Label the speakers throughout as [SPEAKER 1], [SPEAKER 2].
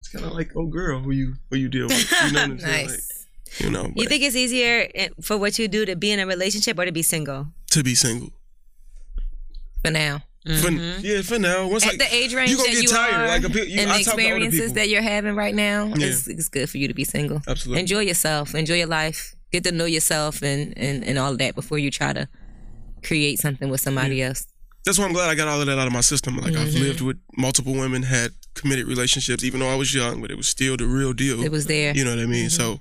[SPEAKER 1] It's kind of like, oh girl, who you who you deal with? You know what I'm saying? Like,
[SPEAKER 2] nice.
[SPEAKER 1] you know,
[SPEAKER 2] You
[SPEAKER 1] but
[SPEAKER 2] think it's easier eh, for what you do to be in a relationship or to be single?
[SPEAKER 1] to be single.
[SPEAKER 3] for now.
[SPEAKER 1] For, yeah, for now. Once
[SPEAKER 3] Mm-hmm. At
[SPEAKER 1] like,
[SPEAKER 3] the age range
[SPEAKER 1] you gonna
[SPEAKER 3] that
[SPEAKER 1] get
[SPEAKER 3] you
[SPEAKER 1] tired.
[SPEAKER 3] are
[SPEAKER 1] Like, a pe- you-
[SPEAKER 3] and
[SPEAKER 1] I
[SPEAKER 3] the
[SPEAKER 1] talk to older
[SPEAKER 3] experiences
[SPEAKER 1] people.
[SPEAKER 3] that you're having right now, it's,
[SPEAKER 1] Yeah.
[SPEAKER 3] it's good for you to be single.
[SPEAKER 1] Absolutely.
[SPEAKER 3] Enjoy yourself. Enjoy your life. Get to know yourself and, and, and all of that before you try to create something with somebody else.
[SPEAKER 1] that's why I'm glad I got all of that out of my system. Like I've
[SPEAKER 3] Mm-hmm.
[SPEAKER 1] lived with multiple women, had committed relationships, even though I was young, but it was still the real deal.
[SPEAKER 3] It was there. Mm-hmm.
[SPEAKER 1] You know what I mean? So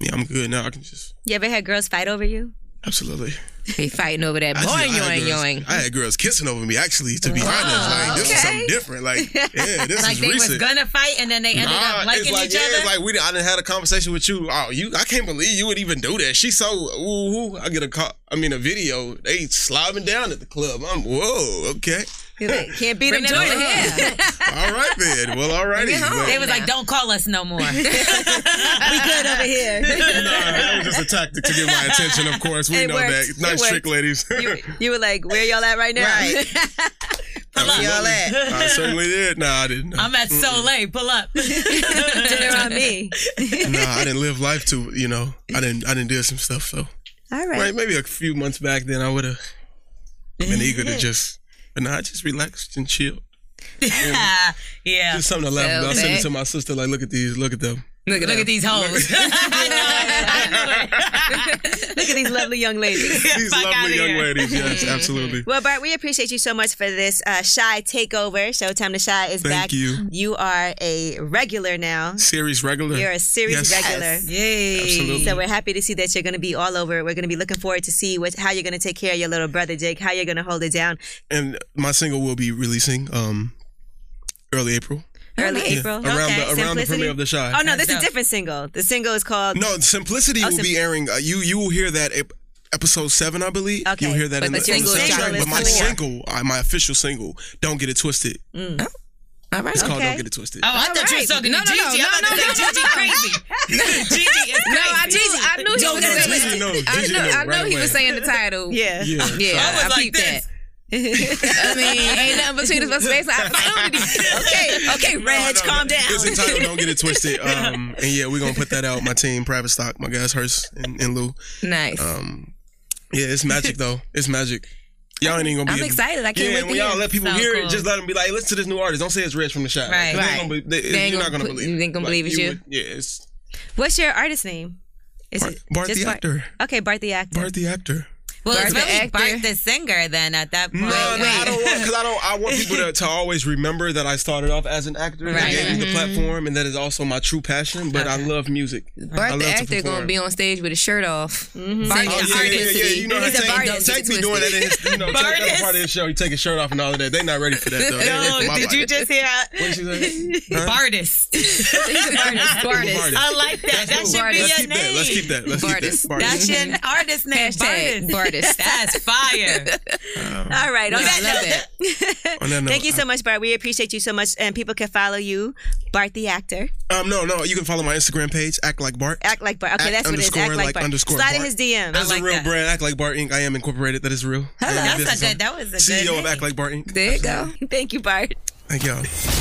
[SPEAKER 1] yeah, I'm good now. I can just
[SPEAKER 2] You ever had girls fight over you?
[SPEAKER 1] absolutely.
[SPEAKER 3] They fighting over that
[SPEAKER 1] Actually,
[SPEAKER 3] boing
[SPEAKER 1] I had
[SPEAKER 3] yoing
[SPEAKER 1] girls-
[SPEAKER 3] yoing. Oh,
[SPEAKER 1] I had girls kissing over me. Actually, to be honest, like this is something different. Like yeah, this
[SPEAKER 4] Like
[SPEAKER 1] is
[SPEAKER 4] they
[SPEAKER 1] recent.
[SPEAKER 4] was gonna fight and then they ended
[SPEAKER 1] Nah,
[SPEAKER 4] up liking
[SPEAKER 1] Ah, it's like
[SPEAKER 4] each
[SPEAKER 1] yeah,
[SPEAKER 4] other.
[SPEAKER 1] it's like we. done- I didn't had a conversation with you. Oh, you! I can't believe you would even do that. She so ooh. ooh. I get a call. I mean, a video. They slobbing down at the club. I'm whoa. Okay.
[SPEAKER 2] You're like, can't beat them.
[SPEAKER 4] Bring
[SPEAKER 2] to
[SPEAKER 4] that over
[SPEAKER 2] it.
[SPEAKER 4] here.
[SPEAKER 1] All right then. Well, all righty. Well,
[SPEAKER 4] They was like, "Don't call us no more."
[SPEAKER 2] We good over here.
[SPEAKER 1] nah, that was just a tactic to get my attention. Of course, we
[SPEAKER 2] It
[SPEAKER 1] know
[SPEAKER 2] worked.
[SPEAKER 1] that.
[SPEAKER 2] It
[SPEAKER 1] Nice
[SPEAKER 2] worked.
[SPEAKER 1] trick, ladies.
[SPEAKER 2] You, you were like, where y'all at right now?
[SPEAKER 3] Right.
[SPEAKER 1] Absolutely.
[SPEAKER 3] y'all at?
[SPEAKER 1] I certainly did. Nah, I didn't.
[SPEAKER 4] I'm at Soleil. Pull up.
[SPEAKER 2] Dinner on me.
[SPEAKER 1] nah, I didn't live life to you know. I didn't. I didn't do some stuff. So
[SPEAKER 2] All right.
[SPEAKER 1] right, maybe a few months back, then I would have been eager to just. But nah, I just relaxed and chilled.
[SPEAKER 4] yeah.
[SPEAKER 1] Just something to laugh
[SPEAKER 3] So
[SPEAKER 1] about. Send it
[SPEAKER 3] bad.
[SPEAKER 1] to my sister. Like, look at these. Look at them.
[SPEAKER 3] Look at
[SPEAKER 4] Look at
[SPEAKER 3] these.
[SPEAKER 4] these hoes. I know it.
[SPEAKER 2] Look at these lovely young ladies.
[SPEAKER 4] I know it.
[SPEAKER 1] These
[SPEAKER 4] Fuck outta
[SPEAKER 1] lovely young
[SPEAKER 4] here.
[SPEAKER 1] ladies. Yes, absolutely.
[SPEAKER 2] Well, Bart, we appreciate you so much for this uh, Shy Takeover. Showtime to Shy
[SPEAKER 1] Thank
[SPEAKER 2] is back.
[SPEAKER 1] you.
[SPEAKER 2] You are a regular now.
[SPEAKER 1] Series regular.
[SPEAKER 2] You're a series
[SPEAKER 1] Yes.
[SPEAKER 2] regular.
[SPEAKER 4] Yay.
[SPEAKER 1] Absolutely.
[SPEAKER 2] So we're happy to see that you're going to be all over. We're going to be looking forward to see what, how you're going to take care of your little brother, Jake, how you're going to hold it down
[SPEAKER 1] And my single will be releasing um early April.
[SPEAKER 2] early
[SPEAKER 1] Yeah, around
[SPEAKER 2] April. okay.
[SPEAKER 1] the around the
[SPEAKER 2] Simplicity?
[SPEAKER 1] premiere of the shy.
[SPEAKER 2] Oh, no, this is a
[SPEAKER 4] dope.
[SPEAKER 2] different single. The single is called
[SPEAKER 1] No, Simplicity
[SPEAKER 2] Oh,
[SPEAKER 1] will
[SPEAKER 2] Sim-
[SPEAKER 1] be airing. Uh, you you will hear that ep- episode seven, I believe.
[SPEAKER 2] Okay.
[SPEAKER 1] You'll hear that
[SPEAKER 3] But
[SPEAKER 1] in
[SPEAKER 3] the
[SPEAKER 1] the,
[SPEAKER 3] single
[SPEAKER 1] on the
[SPEAKER 3] is
[SPEAKER 1] soundtrack.
[SPEAKER 3] coming
[SPEAKER 1] But my
[SPEAKER 3] out.
[SPEAKER 1] single, uh, my official single, "Don't Get It Twisted,"
[SPEAKER 3] All right.
[SPEAKER 1] it's called
[SPEAKER 2] Okay.
[SPEAKER 1] "Don't Get It Twisted."
[SPEAKER 4] Oh, I thought you were
[SPEAKER 3] right.
[SPEAKER 4] talking
[SPEAKER 3] No,
[SPEAKER 4] to
[SPEAKER 3] no,
[SPEAKER 4] Gigi.
[SPEAKER 3] no,
[SPEAKER 4] I'm
[SPEAKER 3] no,
[SPEAKER 4] about to
[SPEAKER 3] no,
[SPEAKER 4] say
[SPEAKER 3] no,
[SPEAKER 4] Gigi
[SPEAKER 3] no.
[SPEAKER 4] crazy. Gigi is
[SPEAKER 3] No,
[SPEAKER 4] crazy.
[SPEAKER 3] I knew, I knew he
[SPEAKER 4] Don't
[SPEAKER 3] was
[SPEAKER 4] get it
[SPEAKER 3] saying-
[SPEAKER 4] twisted.
[SPEAKER 1] No,
[SPEAKER 3] I
[SPEAKER 1] Gigi
[SPEAKER 3] know,
[SPEAKER 1] knows
[SPEAKER 3] I know
[SPEAKER 1] right
[SPEAKER 3] he
[SPEAKER 1] away.
[SPEAKER 3] was saying the title.
[SPEAKER 2] Yeah.
[SPEAKER 1] Yeah,
[SPEAKER 3] Yeah,
[SPEAKER 4] I was
[SPEAKER 3] I,
[SPEAKER 4] like
[SPEAKER 3] peeped
[SPEAKER 4] this.
[SPEAKER 3] that. I mean, ain't nothing between us but space. I found it. Okay, okay, Reg,
[SPEAKER 1] No, no,
[SPEAKER 3] calm
[SPEAKER 1] no.
[SPEAKER 3] down.
[SPEAKER 1] It's entitled "Don't Get It Twisted," um, and yeah, we're gonna put that out. My team, Private Stock, my guys, Hearst and, and Lou.
[SPEAKER 3] Nice.
[SPEAKER 1] Um, yeah, it's magic though. It's magic. Y'all ain't even gonna be.
[SPEAKER 3] I'm excited. I can't
[SPEAKER 1] yeah,
[SPEAKER 3] wait to
[SPEAKER 1] when y'all
[SPEAKER 3] hear.
[SPEAKER 1] let people
[SPEAKER 4] So
[SPEAKER 1] hear it,
[SPEAKER 4] cool.
[SPEAKER 1] just let them be like, "Listen to this new artist." Don't say it's Reg from the shot.
[SPEAKER 4] Right.
[SPEAKER 3] Right.
[SPEAKER 1] Gonna be, they,
[SPEAKER 3] They ain't
[SPEAKER 1] you're not
[SPEAKER 3] gonna
[SPEAKER 1] gonna
[SPEAKER 3] put-
[SPEAKER 1] believe.
[SPEAKER 3] they ain't gonna
[SPEAKER 1] Like,
[SPEAKER 3] believe it's you.
[SPEAKER 1] would- yeah, it's
[SPEAKER 2] What's your artist name? Is
[SPEAKER 1] Bart, Bart
[SPEAKER 2] just
[SPEAKER 1] the actor.
[SPEAKER 2] Okay, Bart the actor.
[SPEAKER 1] Bart the actor.
[SPEAKER 4] Well, it's
[SPEAKER 3] Bart the
[SPEAKER 4] really Bart
[SPEAKER 3] actor.
[SPEAKER 4] the singer then at that point.
[SPEAKER 1] No, no, I don't want because I don't. I want people to, to always remember that I started off as an actor. That
[SPEAKER 4] Right.
[SPEAKER 1] gave
[SPEAKER 3] Mm-hmm.
[SPEAKER 1] me the platform, and that is also my true passion. But I love music. I
[SPEAKER 3] Bart
[SPEAKER 1] love
[SPEAKER 3] the
[SPEAKER 1] to
[SPEAKER 3] actor
[SPEAKER 1] perform.
[SPEAKER 3] gonna be on stage with his shirt off.
[SPEAKER 2] Mm-hmm.
[SPEAKER 1] Oh,
[SPEAKER 3] Bart
[SPEAKER 1] yeah,
[SPEAKER 3] the
[SPEAKER 1] yeah, yeah, yeah, You know how
[SPEAKER 3] He's a
[SPEAKER 1] Tank,
[SPEAKER 3] Bart
[SPEAKER 1] Tank be doing that in his, you know, Tank, that's
[SPEAKER 4] Bardist.
[SPEAKER 1] part of his show. He take his shirt off and all of that. They not ready for that though. They ready for my
[SPEAKER 4] Oh, did
[SPEAKER 1] body.
[SPEAKER 4] you just hear?
[SPEAKER 1] What she say? Huh?
[SPEAKER 4] Bardist.
[SPEAKER 3] He's a
[SPEAKER 1] Bardist.
[SPEAKER 3] Bardist.
[SPEAKER 4] I like that. That
[SPEAKER 1] Ooh,
[SPEAKER 4] should
[SPEAKER 1] Let's
[SPEAKER 4] be your
[SPEAKER 1] keep that.
[SPEAKER 4] name.
[SPEAKER 1] Let's keep that. Mm-hmm. Let's
[SPEAKER 3] Bardist.
[SPEAKER 1] keep that.
[SPEAKER 4] That's your artist name,
[SPEAKER 3] Bardist. Hashtag
[SPEAKER 4] Bardist.
[SPEAKER 3] Bardist.
[SPEAKER 4] That's fire.
[SPEAKER 2] All right. On
[SPEAKER 3] I
[SPEAKER 2] that
[SPEAKER 3] love
[SPEAKER 2] note-
[SPEAKER 3] that.
[SPEAKER 1] On that note,
[SPEAKER 2] Thank you so much, Bart. We appreciate you so much. And people can follow you, Bart the actor.
[SPEAKER 1] Um, no, no. You can follow my Instagram page. Act like Bart.
[SPEAKER 2] Act like Bart. Okay,
[SPEAKER 1] Act
[SPEAKER 2] that's what it is.
[SPEAKER 1] underscore
[SPEAKER 2] Act
[SPEAKER 1] like
[SPEAKER 2] like Bart.
[SPEAKER 1] underscore
[SPEAKER 2] Slide in
[SPEAKER 1] Bart.
[SPEAKER 2] his DM.
[SPEAKER 1] That's
[SPEAKER 4] like
[SPEAKER 1] a real
[SPEAKER 4] that.
[SPEAKER 1] brand. Act like Bart Inc. I am incorporated. That is real. I am a
[SPEAKER 4] That's
[SPEAKER 1] business
[SPEAKER 4] a good.
[SPEAKER 1] owner.
[SPEAKER 4] That was a good.
[SPEAKER 1] CEO of
[SPEAKER 4] name.
[SPEAKER 1] Act Like Bart Inc.
[SPEAKER 3] There you go.
[SPEAKER 2] Thank you, Bart.
[SPEAKER 1] Thank y'all.